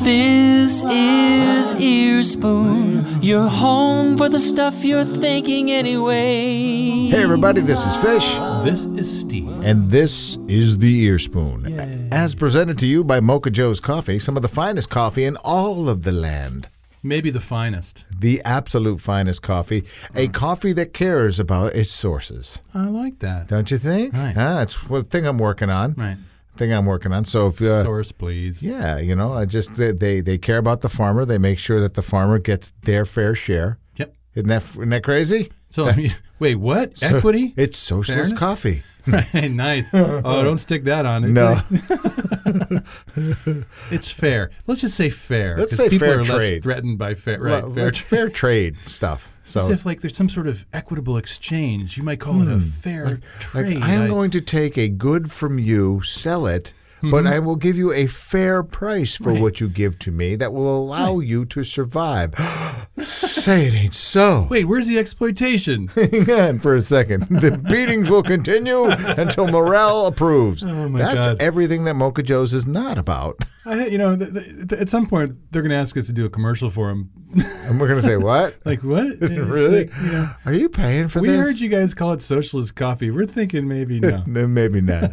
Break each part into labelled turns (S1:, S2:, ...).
S1: This is Ear Spoon, your home for the stuff you're thinking anyway.
S2: Hey, everybody, this is Fish,
S3: This is Steve.
S2: and this is the Ear Spoon. As presented to you by Mocha Joe's Coffee, some of the finest coffee in all of the land.
S3: Maybe the finest.
S2: The absolute finest coffee, a coffee that cares about its sources.
S3: I like that.
S2: Don't you think?
S3: Right.
S2: Ah, that's the thing I'm working on.
S3: Right.
S2: Thing I'm working on. So if uh,
S3: Source, please.
S2: yeah, you know, I just they, they they care about the farmer. They make sure that the farmer gets their fair share.
S3: Yep.
S2: Isn't that isn't that crazy?
S3: So, wait, what?
S2: So-
S3: Equity?
S2: It's socialist
S3: Fairness?
S2: coffee.
S3: right. Nice. Oh, don't stick that on it.
S2: No.
S3: It's fair. Let's just say fair.
S2: Let's
S3: 'cause
S2: say
S3: people
S2: fair
S3: are
S2: trade.
S3: less threatened by fair. Right.
S2: Well,
S3: fair
S2: it's
S3: trade.
S2: fair trade stuff.
S3: As
S2: So
S3: if like there's some sort of equitable exchange. You might call it a fair
S2: Hmm. like,
S3: trade.
S2: I am
S3: I-
S2: going to take a good from you, sell it,
S3: Mm-hmm.
S2: but I will give you a fair price for what you give to me that will allow you to survive. Say it ain't so.
S3: Wait, where's the exploitation?
S2: Hang on for a second. The beatings will continue until morale approves.
S3: Oh, my
S2: That's
S3: God.
S2: everything that Mocha Joe's is not about.
S3: I, you know, th- th- th- at some point they're going to ask us to do a commercial for them.
S2: And we're going to say, what?
S3: Like what?
S2: really?
S3: It's like, you know,
S2: Are you paying for
S3: we
S2: this?
S3: heard you guys call it socialist coffee. We're thinking maybe no.
S2: No, Maybe not.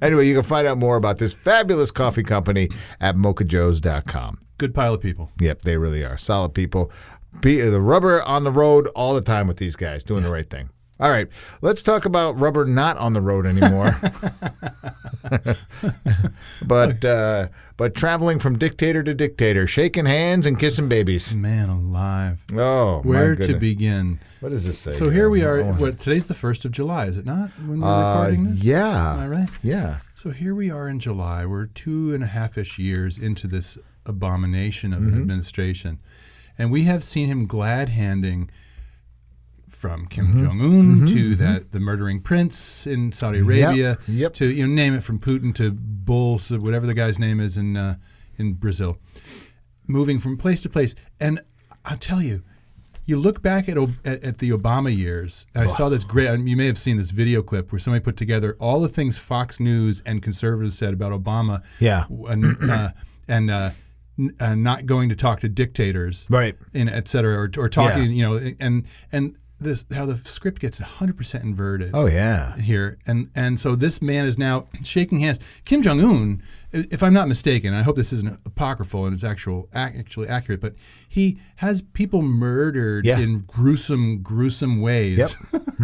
S2: anyway, you can find out more about this fabulous coffee company at mochajoes.com.
S3: Good pile of people.
S2: Yep, they really are solid people. Be, uh, the rubber on the road all the time with these guys, doing the right thing. All right, let's talk about rubber not on the road anymore. but uh, but traveling from dictator to dictator, shaking hands and kissing babies.
S3: Man alive.
S2: Oh, my
S3: Where to
S2: goodness.
S3: begin?
S2: What does this say?
S3: So here we are.
S2: Oh.
S3: What today's the first of July, is it not? When we're
S2: Uh,
S3: recording this, Am I
S2: yeah,
S3: right?
S2: yeah.
S3: So here we are in July. We're two and a half ish years into this abomination of
S2: Mm-hmm.
S3: an administration. And we have seen him glad handing from Kim Jong un to that the murdering prince in Saudi Arabia
S2: Mm-hmm. yep.
S3: to you know name it from Putin to Bull so whatever the guy's name is in uh, in Brazil moving from place to place and I'll tell you you look back at, Ob- at, at the Obama years, and I saw this great. and You may have seen this video clip where somebody put together all the things Fox News and conservatives said about Obama.
S2: Yeah.
S3: w- and uh, and uh, n- uh, not going to talk to dictators,
S2: Right.
S3: And et cetera, or, or
S2: Yeah.
S3: talking, you know, and and this how the script gets hundred percent inverted
S2: Oh yeah.
S3: here, and and so this man is now shaking hands. Kim Jong Un, if I'm not mistaken, I hope this isn't apocryphal and it's actual ac- actually accurate, but he has people murdered
S2: Yeah.
S3: in gruesome, gruesome ways
S2: Yep. Mm-hmm.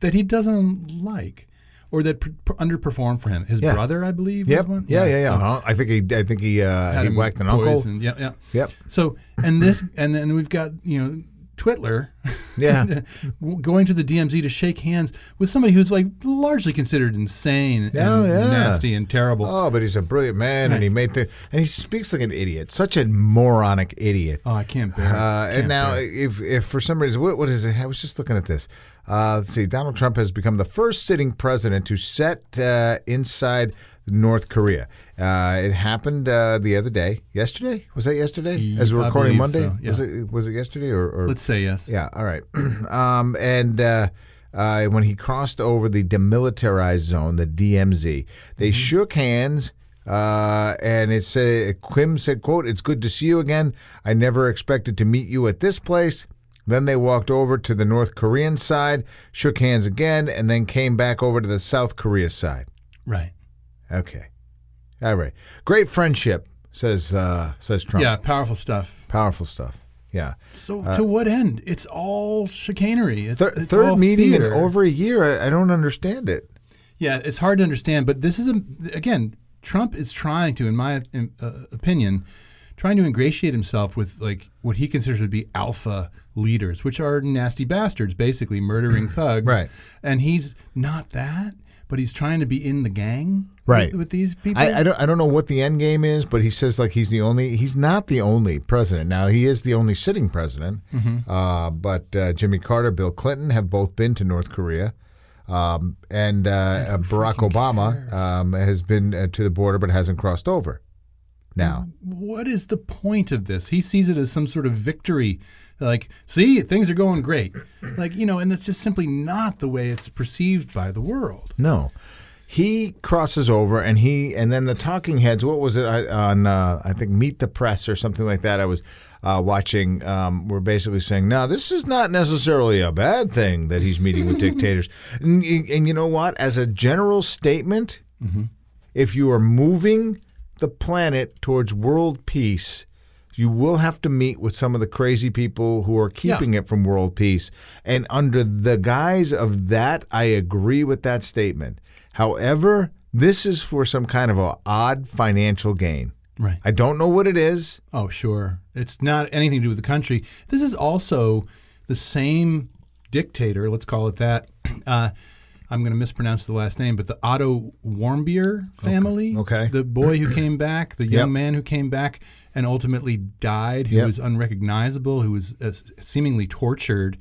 S3: that he doesn't like, or that pr- pr- underperform for him. His
S2: Yeah.
S3: brother, I believe. was
S2: Yep.
S3: one?
S2: Yeah, yeah, yeah.
S3: so
S2: Uh-huh. I think he. I think he. Uh,
S3: had
S2: he
S3: him
S2: whacked an uncle.
S3: poisoned. Yeah, yeah.
S2: Yep.
S3: So and this and then we've got you know Twitler.
S2: Yeah.
S3: w- going to the DMZ to shake hands with somebody who's like largely considered insane
S2: Oh,
S3: and
S2: yeah.
S3: nasty and terrible.
S2: Oh, but he's a brilliant man, and he made the and he speaks like an idiot, such a moronic idiot.
S3: Oh, I can't bear it.
S2: Uh, and
S3: Can't
S2: now,
S3: bear it.
S2: if if for some reason, what, what is it? I was just looking at this. Uh, let's see. Donald Trump has become the first sitting president to set uh, inside North Korea. Uh, it happened uh, the other day. Yesterday was that yesterday? As we're
S3: I
S2: recording
S3: believe
S2: Monday,
S3: so, yeah.
S2: was it was it yesterday or, or
S3: let's say yes.
S2: yeah, all right. um, and uh, uh, when he crossed over the demilitarized zone, the DMZ, they shook hands. Uh, and it said, Kim said, "quote It's good to see you again. I never expected to meet you at this place." Then they walked over to the North Korean side, shook hands again, and then came back over to the South Korea side.
S3: Right.
S2: Okay, all right. Great friendship, says uh, says Trump.
S3: Yeah, powerful stuff.
S2: powerful stuff. Yeah.
S3: So to what end? It's all chicanery. It's,
S2: Uh, Thir-
S3: it's all
S2: third meeting
S3: theater.
S2: in over a year. I, I don't understand it.
S3: Yeah, it's hard to understand, but this is a, again, Trump is trying to, in my in, uh, opinion, trying to ingratiate himself with like what he considers to be alpha leaders, which are nasty bastards, basically murdering thugs.
S2: Right.
S3: And he's not that, but he's trying to be in the gang.
S2: Right.
S3: With, with these people.
S2: I, I don't. I don't know what the end game is, but he says like he's the only. He's not the only president. Now he is the only sitting president.
S3: Mm-hmm.
S2: Uh, but uh, Jimmy Carter, Bill Clinton have both been to North Korea, um, and uh, uh, Barack Obama um, has been uh, to the border but hasn't crossed over. now.
S3: what is the point of this? He sees it as some sort of victory. Like, see, things are going great. Like, you know, and that's just simply not the way it's perceived by the world.
S2: No. He crosses over, and he and then the Talking Heads. What was it I, on? Uh, I think Meet the Press or something like that. I was uh, watching. Um, were basically saying, "No, this is not necessarily a bad thing that he's meeting with dictators." And, y- and you know what? As a general statement, if you are moving the planet towards world peace, you will have to meet with some of the crazy people who are keeping it from world peace. And under the guise of that, I agree with that statement. However, this is for some kind of a odd financial gain.
S3: Right.
S2: I don't know what it is.
S3: Oh, sure. It's not anything to do with the country. This is also the same dictator, let's call it that. Uh, I'm going to mispronounce the last name, but the Otto Warmbier family.
S2: Okay.
S3: The boy who came back, the
S2: Yep.
S3: young man who came back and ultimately died, who
S2: Yep.
S3: was unrecognizable, who was uh, seemingly tortured,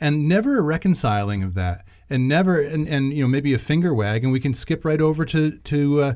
S3: and never a reconciling of that. And never, and, and you know, maybe a finger wag, and we can skip right over to to uh,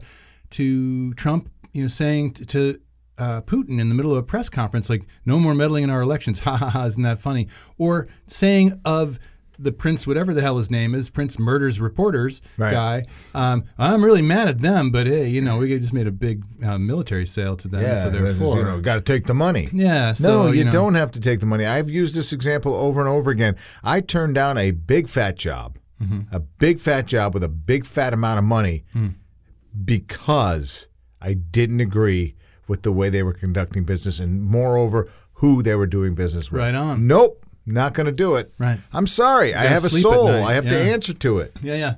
S3: to Trump, you know, saying t- to uh, Putin in the middle of a press conference, like, no more meddling in our elections. Ha ha ha, isn't that funny? Or saying of the Prince, whatever the hell his name is, Prince murders reporters
S2: Right.
S3: guy. Um, I'm really mad at them, but hey, you know, we just made a big uh, military sale to them, so therefore.
S2: you know, got to take the money.
S3: yeah,
S2: no,
S3: so,
S2: you,
S3: know,
S2: don't have to take the money. I've used this example over and over again. I turned down a big fat job,
S3: Mm-hmm.
S2: a big fat job with a big fat amount of money
S3: Mm.
S2: because I didn't agree with the way they were conducting business and, moreover, who they were doing business with.
S3: Right on.
S2: Nope, not going to do it.
S3: Right.
S2: I'm sorry. I
S3: gotta
S2: have a
S3: sleep at
S2: soul.
S3: night,
S2: I have to
S3: yeah.
S2: answer to it.
S3: Yeah, yeah.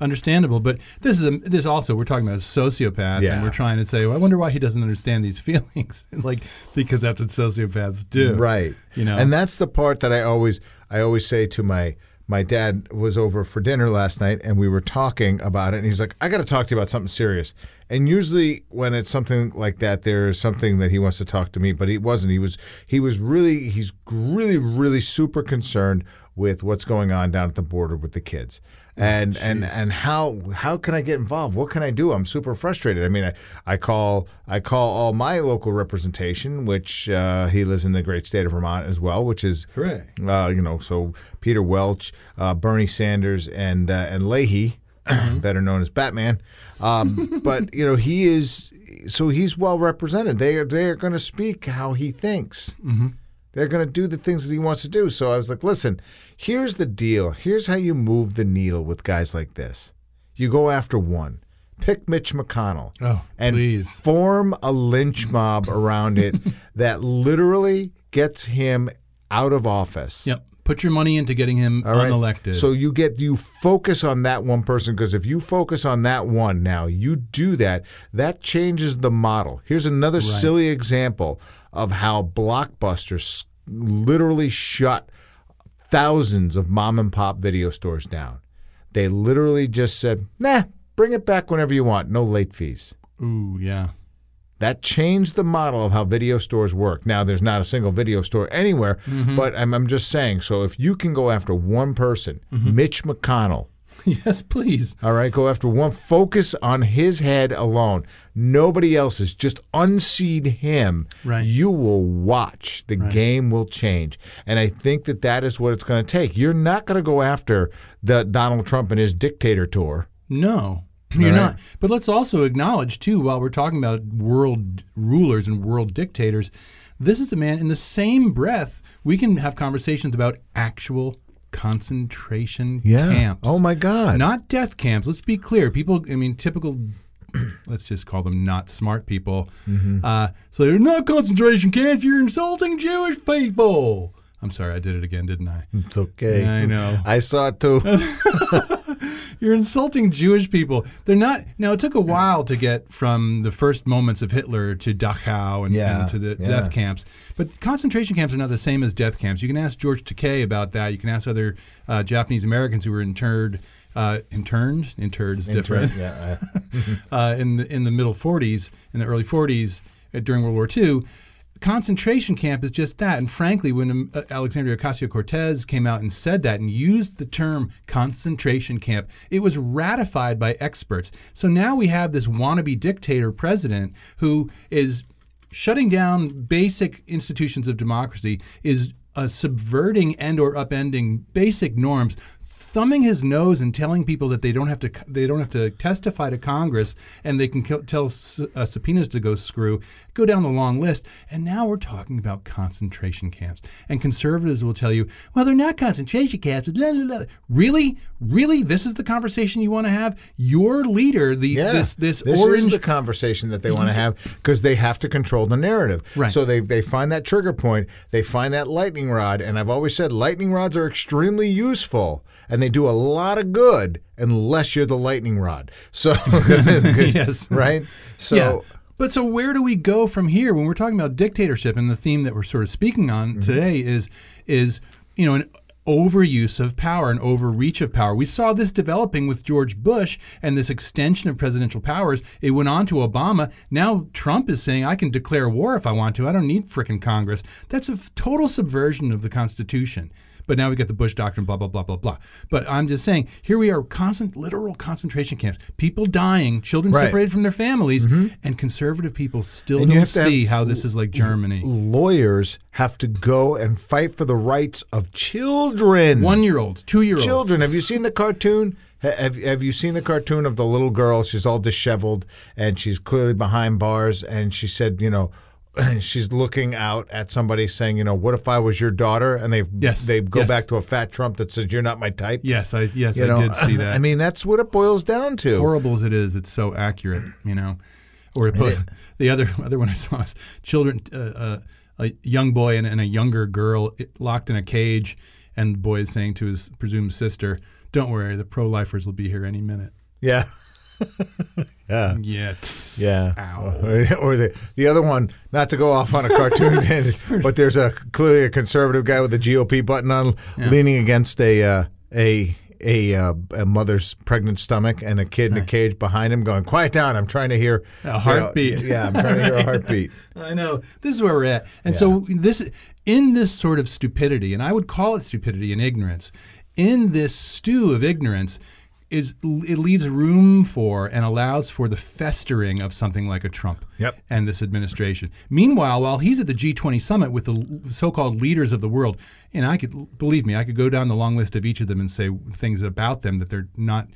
S3: Understandable, but this is a, this also we're talking about a sociopath,
S2: Yeah.
S3: and we're trying to say, well, I wonder why he doesn't understand these feelings, like because that's what sociopaths do,
S2: right
S3: You know?
S2: and that's the part that i always i always say to my my dad was over for dinner last night and we were talking about it and he's like i got to talk to you about something serious and usually when it's something like that there's something that he wants to talk to me but he wasn't he was he was really he's really really super concerned with what's going on down at the border with the kids and and and how how can I get involved? What can I do? I'm super frustrated. I mean, I, I call I call all my local representation, which uh, he lives in the great state of Vermont as well, which is
S3: Hooray.
S2: uh, you know, so Peter Welch, uh, Bernie Sanders, and uh, and Leahy, better known as Batman. Um, but you know, he is so he's well represented. They are they are going to speak how he thinks. They're going to do the things that he wants to do. So I was like, listen, here's the deal. Here's how you move the needle with guys like this. You go after one. Pick Mitch McConnell
S3: Oh,
S2: and
S3: please.
S2: form a lynch mob around it that literally gets him out of office.
S3: Yep. Put your money into getting him
S2: All right?
S3: unelected.
S2: So you get you focus on that one person because if you focus on that one now, you do that, that changes the model. Here's another silly example of how Blockbuster s- literally shut thousands of mom and pop video stores down. They literally just said, "Nah, bring it back whenever you want. No late fees."
S3: Ooh, yeah.
S2: That changed the model of how video stores work. Now, there's not a single video store anywhere, but I'm, I'm just saying. So, if you can go after one person, Mitch McConnell,
S3: yes, please.
S2: all right, go after one, focus on his head alone, nobody else's, just unseat him.
S3: Right.
S2: You will watch. The game will change. And I think that that is what it's going to take. You're not going to go after the Donald Trump and his dictator tour.
S3: No, you're
S2: right.
S3: not. But let's also acknowledge, too, while we're talking about world rulers and world dictators, this is a man in the same breath, we can have conversations about actual concentration camps.
S2: Oh, my God.
S3: Not death camps. Let's be clear. People, I mean, typical. Let's just call them not smart people.
S2: Mm-hmm.
S3: Uh, so they're not concentration camps. You're insulting Jewish people. I'm sorry, I did it again, didn't I?
S2: It's okay.
S3: I know.
S2: I saw it too.
S3: You're insulting Jewish people. They're not. Now it took a while to get from the first moments of Hitler to Dachau and,
S2: Yeah,
S3: and to the
S2: yeah.
S3: death camps. But concentration camps are not the same as death camps. You can ask George Takei about that. You can ask other uh, Japanese Americans who were interned, uh, interned, interred is different
S2: Yeah, I-
S3: uh, in the in the middle 40s, in the early 40s uh, during World War II. Concentration camp is just that. And frankly, when um, uh, Alexandria Ocasio Cortez came out and said that and used the term concentration camp, it was ratified by experts. So now we have this wannabe dictator president who is shutting down basic institutions of democracy is uh, subverting and or upending basic norms thumbing his nose and telling people that they don't have to they don't have to testify to Congress and they can co- tell su- uh, subpoenas to go screw go down the long list and now we're talking about concentration camps and conservatives will tell you well they're not concentration camps blah, blah, blah. really really this is the conversation you want to have your leader the
S2: Yeah,
S3: this this,
S2: is
S3: orange Mm-hmm.
S2: the conversation that they want to have because they have to control the narrative.
S3: Right.
S2: So they they find that trigger point, they find that lightning rod, and I've always said lightning rods are extremely useful and they do a lot of good unless you're the lightning rod. So
S3: Yes.
S2: right. So
S3: yeah. But so where do we go from here when we're talking about dictatorship and the theme that we're sort of speaking on
S2: Mm-hmm.
S3: today is is you know an overuse of power and overreach of power. We saw this developing with George Bush and this extension of presidential powers. It went on to Obama. Now Trump is saying I can declare war if I want to. I don't need frickin' Congress. That's a f- total subversion of the Constitution. But now we got the Bush doctrine, blah blah blah blah blah. But I'm just saying, here we are, constant literal concentration camps, people dying, children
S2: Right.
S3: separated from their families, and conservative people still
S2: Mm-hmm. And you
S3: don't
S2: have to have-
S3: see how this is like Germany.
S2: lawyers have to go and fight for the rights of children.
S3: One year olds, two year olds,
S2: children. Have you seen the cartoon? Ha- Have Have you seen the cartoon of the little girl? She's all disheveled and she's clearly behind bars. And she said, you know, she's looking out at somebody saying, you know, what if I was your daughter? And they
S3: Yes,
S2: they go
S3: yes.
S2: back to a fat Trump that says you're not my type.
S3: Yes, I yes
S2: You
S3: I
S2: know,
S3: did see that.
S2: I mean, that's what it boils down to.
S3: horrible as it is, it's so accurate, you know. Or it put, the other other one I saw is children, uh, uh, a young boy and, and a younger girl i- locked in a cage, and the boy is saying to his presumed sister, "Don't worry, the pro-lifers will be here any minute."
S2: Yeah.
S3: Yeah.
S2: Yeah.
S3: Ow.
S2: Or the the other one, not to go off on a cartoon tangent, but there's a clearly a conservative guy with a GOP button on, leaning against a uh, a a, uh, a mother's pregnant stomach and a kid in a cage behind him, going, "Quiet down! I'm trying to hear you know,
S3: heartbeat."
S2: yeah, I'm trying to hear a heartbeat.
S3: I know. This is where we're at. And so this in this sort of stupidity, and I would call it stupidity and ignorance, in this stew of ignorance is it leaves room for and allows for the festering of something like a Trump
S2: Yep.
S3: and this administration. Meanwhile, while he's at the G20 summit with the l- so-called leaders of the world, and I could believe me, I could go down the long list of each of them and say things about them that they're not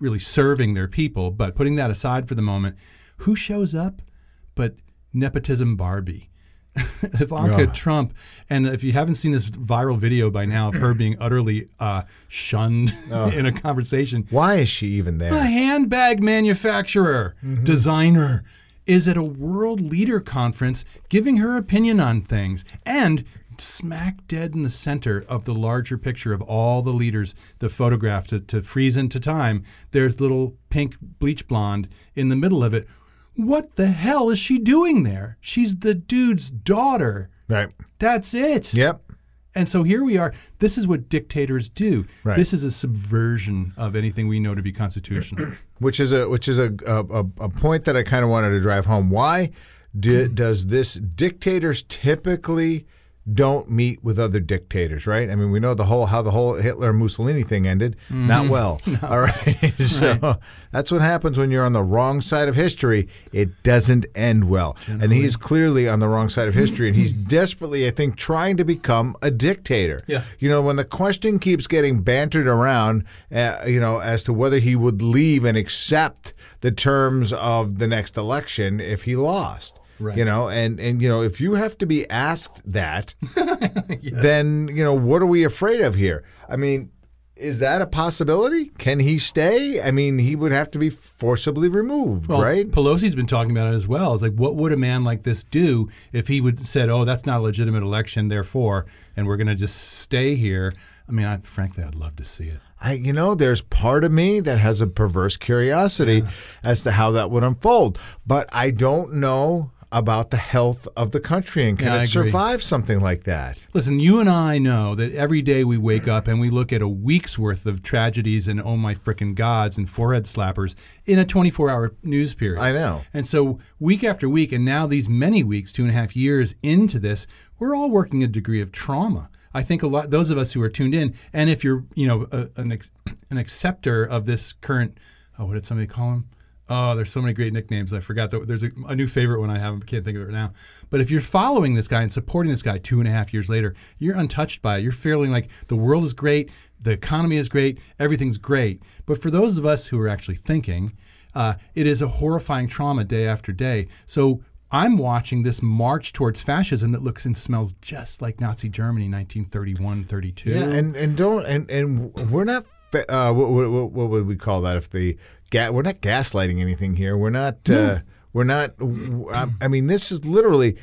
S3: really serving their people, but putting that aside for the moment, who shows up but nepotism Barbie? Ivanka Trump, and if you haven't seen this viral video by now of her being utterly uh, shunned in a conversation,
S2: Why is she even there?
S3: a handbag manufacturer, designer, is at a world leader conference giving her opinion on things and smack dead in the center of the larger picture of all the leaders, the photograph to, to freeze into time, there's little pink bleach blonde in the middle of it. What the hell is she doing there? She's the dude's daughter.
S2: Right.
S3: That's it.
S2: Yep.
S3: And so here we are. This is what dictators do.
S2: Right.
S3: This is a subversion of anything we know to be constitutional.
S2: which is a which is a a, a, a point that I kind of wanted to drive home. Why do, does this dictators typically don't meet with other dictators, right? I mean, we know the whole how the whole Hitler Mussolini thing ended, not well. All right, so that's what happens when you're on the wrong side of history. It doesn't end well, and he's clearly on the wrong side of history, and he's desperately, I think, trying to become a dictator.
S3: Yeah.
S2: You know, when the question keeps getting bantered around, uh, you know, as to whether he would leave and accept the terms of the next election if he lost.
S3: Right.
S2: You know, and and you know, if you have to be asked that, then you know, what are we afraid of here? I mean, is that a possibility? Can he stay? I mean, he would have to be forcibly removed,
S3: Well,
S2: right?
S3: Pelosi's been talking about it as well. It's like, what would a man like this do if he would said, "Oh, that's not a legitimate election, therefore, and we're going to just stay here"? I mean, I, frankly, I'd love to see it.
S2: I, you know, there's part of me that has a perverse curiosity as to how that would unfold, but I don't know about the health of the country and can
S3: Yeah, I
S2: it
S3: agree.
S2: survive something like that?
S3: Listen, you and I know that every day we wake up and we look at a week's worth of tragedies and oh my frickin' gods and forehead slappers in a 24-hour news period.
S2: I know.
S3: And so week after week, and now these many weeks, two and a half years into this, we're all working a degree of trauma. I think a lot those of us who are tuned in, and if you're you know a, an ex, an acceptor of this current, oh, what did somebody call him? Oh, there's so many great nicknames. I forgot that there's a, a new favorite one I have. I can't think of it right now. But if you're following this guy and supporting this guy two and a half years later, you're untouched by it. You're feeling like the world is great, the economy is great, everything's great. But for those of us who are actually thinking, uh, it is a horrifying trauma day after day. So I'm watching this march towards fascism that looks and smells just like Nazi Germany, 1931, 32.
S2: Yeah, and and don't and and we're not. fa- Uh, what, what, what- what would we call that? If the ga- we're not gaslighting anything here. We're not. Uh, we're not. w- I I mean, this is literally.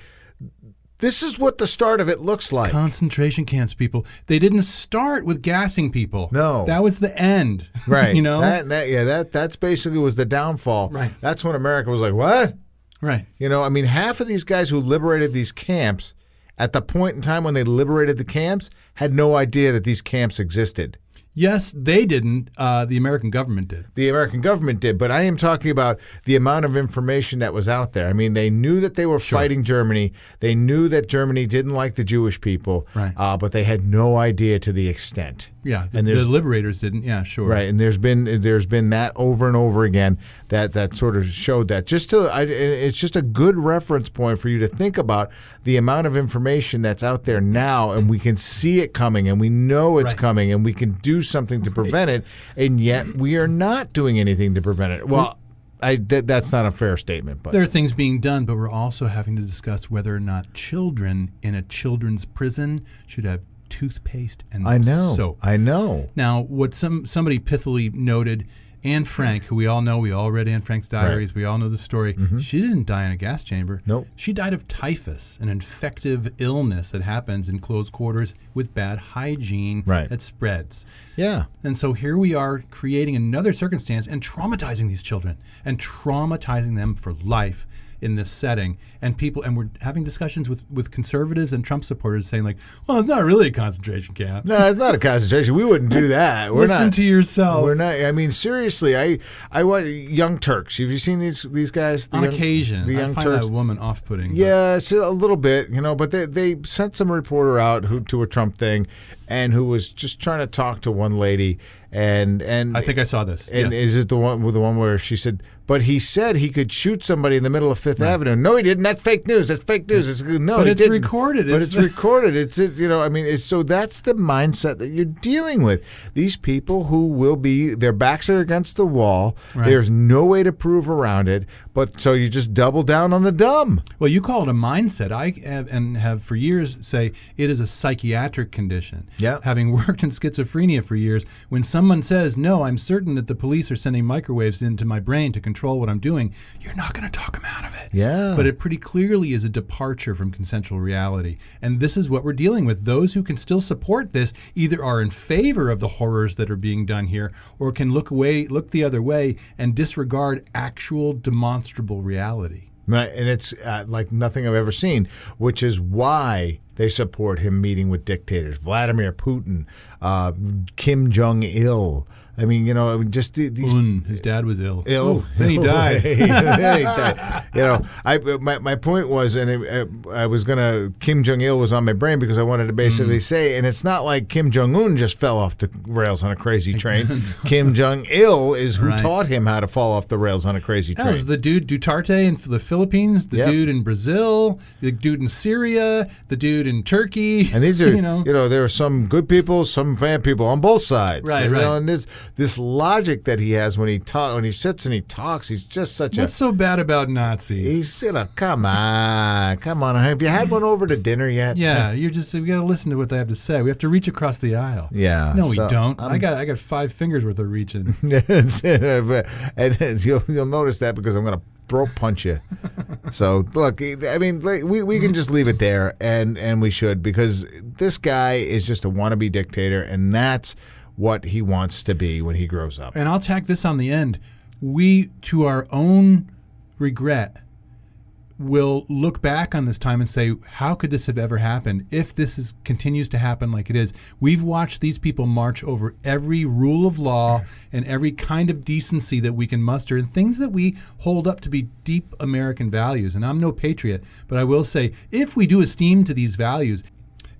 S2: This is what the start of it looks like.
S3: concentration camps people they didn't start with gassing people
S2: No.
S3: that was the end
S2: Right.
S3: you know
S2: That, that yeah. That that's basically was the downfall.
S3: Right.
S2: That's when America was like, what?
S3: right
S2: You know, I mean, half of these guys who liberated these camps at the point in time when they liberated the camps had no idea that these camps existed.
S3: yes they didn't uh, the american government did
S2: The American government did, but I am talking about the amount of information that was out there. I mean, they knew that they were fighting Germany. They knew that Germany didn't like the Jewish people,
S3: Right.
S2: uh, but they had no idea to the extent.
S3: yeah the,
S2: And
S3: the
S2: there's-
S3: liberators didn't yeah sure
S2: Right, and there's been there's been that over and over again that that sort of showed that. Just to, I, it's just a good reference point for you to think about the amount of information that's out there now, and we can see it coming, and we know it's
S3: Right.
S2: coming, and we can do something to prevent it, and yet we are not doing anything to prevent it. Well, I that that's not a fair statement, but
S3: there are things being done but we're also having to discuss whether or not children in a children's prison should have toothpaste and
S2: I know,
S3: soap
S2: I know.
S3: Now, what some somebody pithily noted, Anne Frank, who we all know, we all read Anne Frank's diaries, we all know the story. She didn't die in a gas chamber.
S2: Mm-hmm. Nope.
S3: She died of typhus, an infective illness that happens in close quarters with bad hygiene
S2: Right.
S3: that spreads.
S2: Yeah,
S3: And so here we are creating another circumstance and traumatizing these children and traumatizing them for life in this setting. And people and we're having discussions with, with conservatives and Trump supporters saying like, well, it's not really a concentration camp.
S2: no, it's not a concentration. We wouldn't do that. We're
S3: Listen
S2: not.
S3: to yourself.
S2: We're not. I mean, seriously. I I watch Young Turks. Have you seen these these guys? The
S3: on
S2: young,
S3: occasion.
S2: the
S3: I
S2: Young
S3: find
S2: Turks.
S3: that woman off-putting. but-
S2: Yeah, it's a little bit, you know. But they they sent some reporter out who to a Trump thing, and who was just trying to talk to one lady, and and
S3: I think I saw this.
S2: and
S3: yes.
S2: is it the one with the one where she said, "But he said he could shoot somebody in the middle of Fifth Avenue." No, he didn't. That's fake news. That's fake news. It's no,
S3: But
S2: he
S3: it's
S2: didn't.
S3: recorded.
S2: But
S3: It's
S2: it's
S3: the-
S2: recorded. It's it, you know, I mean, it's, so that's the mindset that you're dealing with. These people who will be their backs are against the wall.
S3: Right.
S2: There's no way to prove around it. But so you just double down on the dumb.
S3: well, you call it a mindset. I have, and have for years say it is a psychiatric condition.
S2: Yeah.
S3: Having worked in schizophrenia for years, when someone says, "No, I'm certain that the police are sending microwaves into my brain to control what I'm doing," you're not going to talk them out of it.
S2: Yeah.
S3: But it pretty clearly is a departure from consensual reality. And this is what we're dealing with. Those who can still support this either are in favor of the horrors that are being done here or can look away, look the other way and disregard actual demonstrable reality.
S2: Right, and it's uh, like nothing I've ever seen, which is why they support him meeting with dictators, Vladimir Putin, uh, Kim Jong Il. I mean, you know, I mean, just the- these
S3: Mm, his dad was ill.
S2: ill.
S3: Oh, then he died.
S2: Then he died. You know, I my, my point was, and it, uh, I was gonna Kim Jong Il was on my brain because I wanted to basically
S3: Mm.
S2: say, and it's not like Kim Jong Un just fell off the rails on a crazy train. Kim Jong Il is who
S3: Right.
S2: taught him how to fall off the rails on a crazy
S3: That
S2: train.
S3: was the dude Duterte in the Philippines, the
S2: Yep.
S3: dude in Brazil, the dude in Syria, the dude in Turkey.
S2: And these are,
S3: you know,
S2: there are some good people, some bad people on both sides.
S3: Right,
S2: you know,
S3: right.
S2: And this this logic that he has when he talk, when he sits and he talks, he's just such
S3: what's
S2: a.
S3: so bad about Nazis?
S2: He's you know, come on, come on. Have you had one over to dinner yet?
S3: Yeah, you're just we got to listen to what they have to say. We have to reach across the aisle.
S2: Yeah,
S3: No,
S2: so
S3: we don't. i
S2: I'm-
S3: got I got five fingers worth of reaching.
S2: and and you'll you'll notice that because I'm gonna throat punch you. so look, I mean, like, we we can just leave it there, and and we should because this guy is just a wannabe dictator, and that's what he wants to be when he grows up.
S3: and I'll tack this on the end. We, to our own regret, will look back on this time and say, "How could this have ever happened? If this is continues to happen like it is, we've watched these people march over every rule of law and every kind of decency that we can muster, and things that we hold up to be deep American values. And I'm no patriot, but I will say, if we do esteem to these values,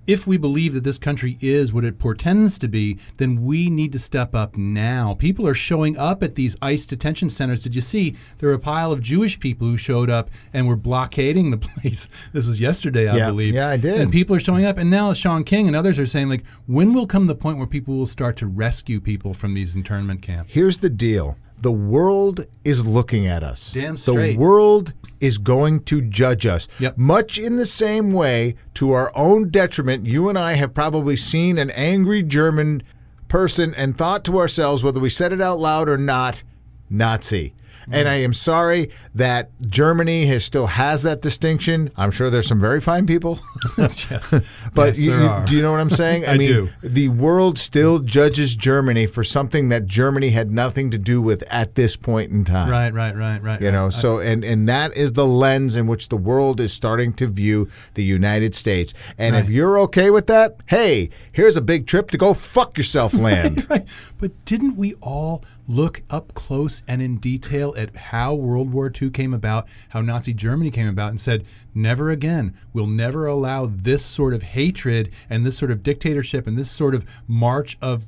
S3: if we believe that this country is what it portends to be, then we need to step up now. People are showing up at these ICE detention centers. Did you see there were a pile of Jewish people who showed up and were blockading the place? This was yesterday, I
S2: Yeah.
S3: believe.
S2: Yeah, I did.
S3: And people are showing up, and now Sean King and others are saying, like, when will come the point where people will start to rescue people from these internment camps?
S2: Here's the deal. The world is looking at us.
S3: Damn straight.
S2: The world is going to judge us.
S3: Yep.
S2: Much in the same way, to our own detriment, you and I have probably seen an angry German person and thought to ourselves, whether we said it out loud or not, Nazi.
S3: Mm.
S2: And I am sorry that Germany has still has that distinction. I'm sure there's some very fine people,
S3: yes.
S2: but
S3: Yes,
S2: you,
S3: there
S2: you-
S3: are.
S2: do you know what I'm saying?
S3: I
S2: mean,
S3: do.
S2: the world still judges Germany for something that Germany had nothing to do with at this point in time.
S3: Right, right, right, right.
S2: You know, so and and that is the lens in which the world is starting to view the United States. And if
S3: Right.
S2: you're okay with that, hey, here's a big trip to go fuck yourself land.
S3: Right. But didn't we all look up close and in detail at how World War II came about, how Nazi Germany came about, and said, never again, we'll never allow this sort of hatred and this sort of dictatorship and this sort of march of,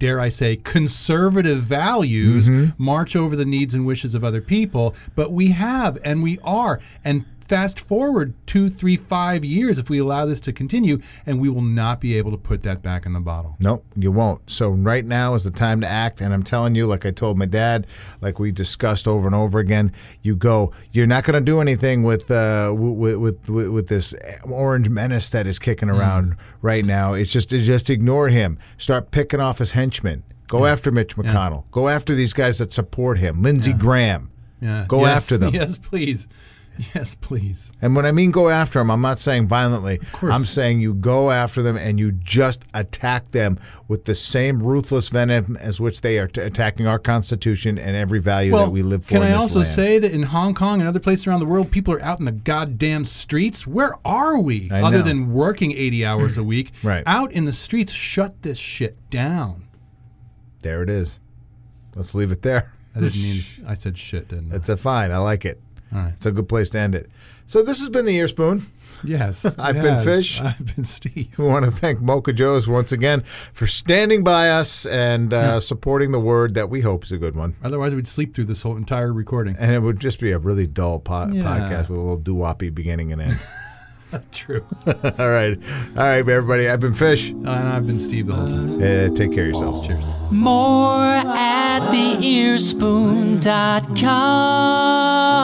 S3: dare I say, conservative values march over the needs and wishes of other people? But we have, and we are. And Fast forward two, three, five years if we allow this to continue, and we will not be able to put that back in the bottle.
S2: No, you won't. So right now is the time to act, and I'm telling you, like I told my dad, like we discussed over and over again, you go. You're not going to do anything with, uh, with with with with this orange menace that is kicking
S3: Mm.
S2: around right now. It's just just ignore him. Start picking off his henchmen. Go after Mitch McConnell. Go after these guys that support him. Lindsey Graham.
S3: Yeah.
S2: Go
S3: Yes,
S2: after them.
S3: Yes, please. Yes, please.
S2: And when I mean go after them, I'm not saying violently.
S3: course.
S2: I'm saying you go after them and you just attack them with the same ruthless venom as which they are t- attacking our Constitution and every value that we live for.
S3: can
S2: in
S3: I
S2: this
S3: also
S2: land.
S3: say that in Hong Kong and other places around the world, people are out in the goddamn streets? Where are we?
S2: I
S3: other
S2: know.
S3: than working 80 hours a week.
S2: Right.
S3: Out in the streets, shut this shit down.
S2: There it is. Let's leave it there.
S3: I didn't mean, I said shit, didn't I?
S2: It's a fine. I like it.
S3: All right.
S2: It's a good place to end it. So this has been the Ear Spoon.
S3: Yes.
S2: I've been
S3: yes,
S2: Fish.
S3: I've been Steve.
S2: We want to thank Mocha Joe's once again for standing by us and uh, supporting the word that we hope is a good one.
S3: Otherwise, we'd sleep through this whole entire recording.
S2: And it would just be a really dull po-
S3: Yeah.
S2: podcast with a little doo-woppy beginning and end.
S3: True.
S2: All right. All right, everybody. I've been Fish.
S3: and I've been Steve the whole time.
S2: Uh, take care of yourselves.
S3: Cheers.
S1: More at theearspoon.com.